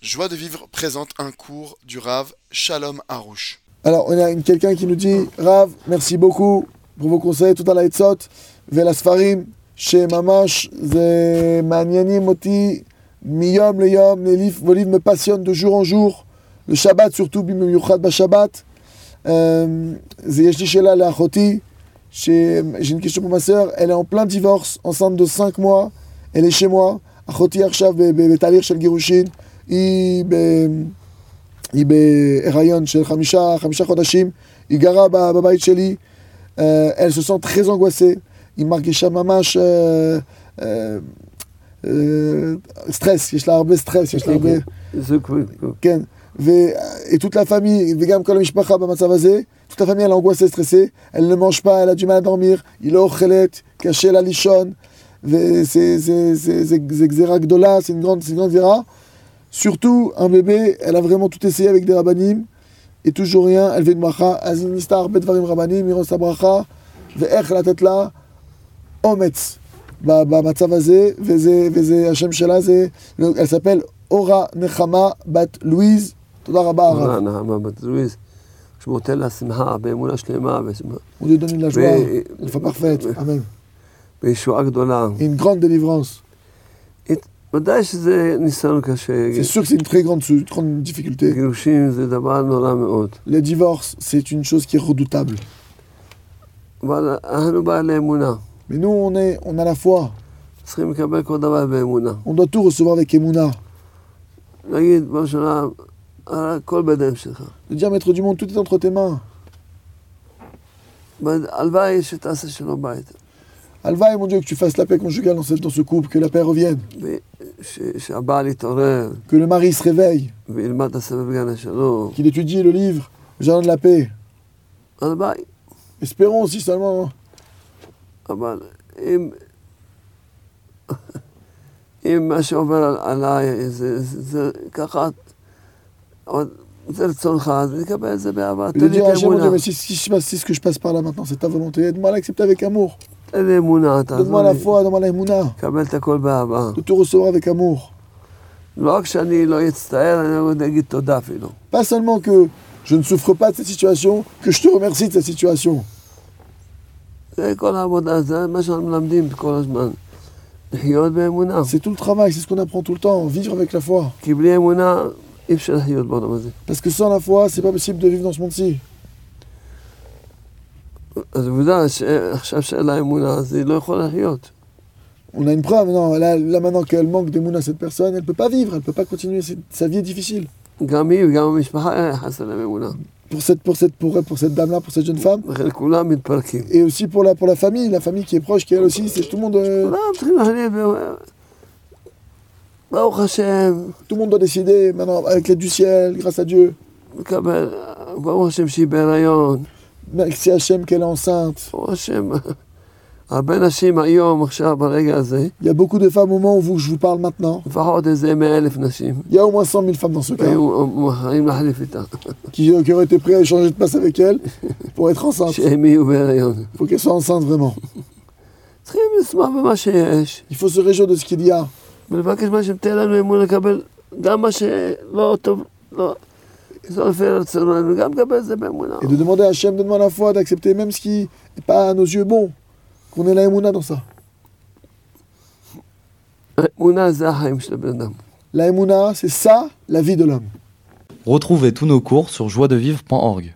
Joie de vivre présente un cours du Rav Shalom Harouche. Alors, on a une- quelqu'un qui nous dit Rav, merci beaucoup pour vos conseils, tout à la Hetzot, Velasfarim, chez Mamash, Ze Maniani Moti, Miyom le Yom, les livres, vos livres me passionnent de jour en jour, le Shabbat surtout, Bim Yuchad Bashabbat, Euh, Ze Yeshli Shela la Achoti, chez- j'ai une question pour ma sœur, elle est en plein divorce, enceinte de 5 mois, elle est chez moi, Achoti Arshav, Be- Be- Betalir Shel Girushin, היא ב- היא בהיריון של חמישה, חמישה חודשים, היא גרה ב- בבית שלי, euh, elle se sent très angoissée, היא מרגישה ממש euh, euh, euh, סטרס, יש לה הרבה סטרס, יש לה הרבה... זה כבר- כבר- כן, ו, et toute la famille, וגם כל המשפחה במצב הזה, toute la famille, elle est angoissée, stressée, elle ne mange pas, elle a du mal à dormir, היא לא אוכלת, קשה לה לישון, וזה זה- זה- זה- זה גזירה גדולה, c'est une grande c'est une grande גזירה. Surtout, un bébé, elle a vraiment tout essayé avec des rabbinim, et toujours rien, elle veut une bracha, אז היא ניסתה הרבה דברים רבנים, היא רוצה ברכה, ואיך לתת לה אומץ ב- במצב הזה, וזה, וזה, השם שלה זה, elle s'appelle אורה נחמה בת לואיז, תודה רבה הרב. רן, נעמה בת לואיז, שהוא נותן לה שמחה באמונה שלמה, ושמחה- הוא דודון לז'ואה, ו- לפא פרפט, אמן. בישועה גדולה. אין גרון דליברנס. ודאי שזה ניסיון קשה. זה סוג סין טרי גרון דיפיקולטי. גירושים זה דבר נורא מאוד. לדיבורס, זה une chose qui est redoutable. אבל אנחנו בעלי אמונה. Mais nous, on, est, on a la foi. צריכים לקבל כל דבר באמונה. On doit tout recevoir avec Emouna. להגיד, בראשונה, הכל בידיים שלך. De dire, Maître du monde, tout est entre tes mains. אבל הלוואי שתעשה שלום בית. Alva, mon Dieu, que tu fasses la paix conjugale dans, cette- dans ce couple, que la paix revienne, ש- שהבעל יתעורר que le mari se réveille, וילמד את הסבב גן השלום. qu'il étudie le livre, le jardin de la paix. הלוואי. Espérons si seulement. hein. אבל אם... אם מה שעובר על- עליי, זה, זה, זה ככה, אבל זה רצונך, אז נקבל את זה באהבה. Et de תן לי dire, את Hachem, mon האמונה, Dieu, mais si, si je passe- si ce que je passe par là maintenant, c'est ta volonté, aide-moi à l'accepter avec amour. תן לי אמונה, Donne-moi תעזור la לי, foi, donne-moi la Emouna, קבל את הכל באהבה. de te recevoir avec amour. לא רק שאני לא אצטער, אני עוד אגיד תודה אפילו. Pas seulement que je ne souffre pas de cette situation, que je te remercie de cette situation. זה כל העבודה, זה מה שאנחנו מלמדים כל הזמן. לחיות באמונה. C'est tout le travail, c'est ce qu'on apprend tout le temps, vivre avec la foi. כי בלי אמונה אי אפשר לחיות בעולם הזה. Parce que sans la foi, c'est pas possible de vivre dans ce monde-ci. אז עובדה שעכשיו שאין לה אמונה, אז היא לא יכולה לחיות. On a une preuve, non, là, là, maintenant qu'elle manque d'Emouna, cette personne, elle peut pas vivre, elle peut pas continuer, c'est- sa vie est difficile. גם היא וגם המשפחה אה, חסר להם אמונה. Pour cette, pour cette, pour, pour cette dame-là, pour cette jeune femme, לכן כולם מתפרקים. et aussi pour la, pour la famille, la famille qui est proche, qui elle aussi, c'est tout le monde, euh, כולם צריכים לחיות ב- ברוך השם, tout le monde doit décider, maintenant, avec l'aide du ciel, grâce à Dieu, לקבל, ברוך השם שהיא בהיריון, merci Hachem qu'elle est enceinte. ברוך השם, הרבה נשים היום, עכשיו, ברגע הזה, Il y a beaucoup de femmes au moment où vous- je vous parle maintenant. לפחות איזה מאה אלף נשים, Il y a au moins 100 000 femmes dans ce cas היו מוכנים להחליף איתה, qui, euh, qui auraient été prêtes à échanger de place avec elle pour être enceinte. שהם יהיו בהיריון. Il faut qu'elle soit enceinte vraiment. צריכים לשמוח במה שיש, Il faut se réjouir de ce qu'il y a. ולבקש מה שתהיה לנו אמון לקבל גם מה שלא טוב, לא, זה לפי רצוננו, גם לקבל את זה באמונה. Et de demander à Hachem, donne-moi la foi, d'accepter même ce qui n'est pas à nos yeux bon. Qu'on ait la Emouna dans ça. אה, האמונה זה החיים של הבן אדם. La Emouna, c'est ça, la vie de l'homme. Retrouvez tous nos cours sur joiedevivre.org.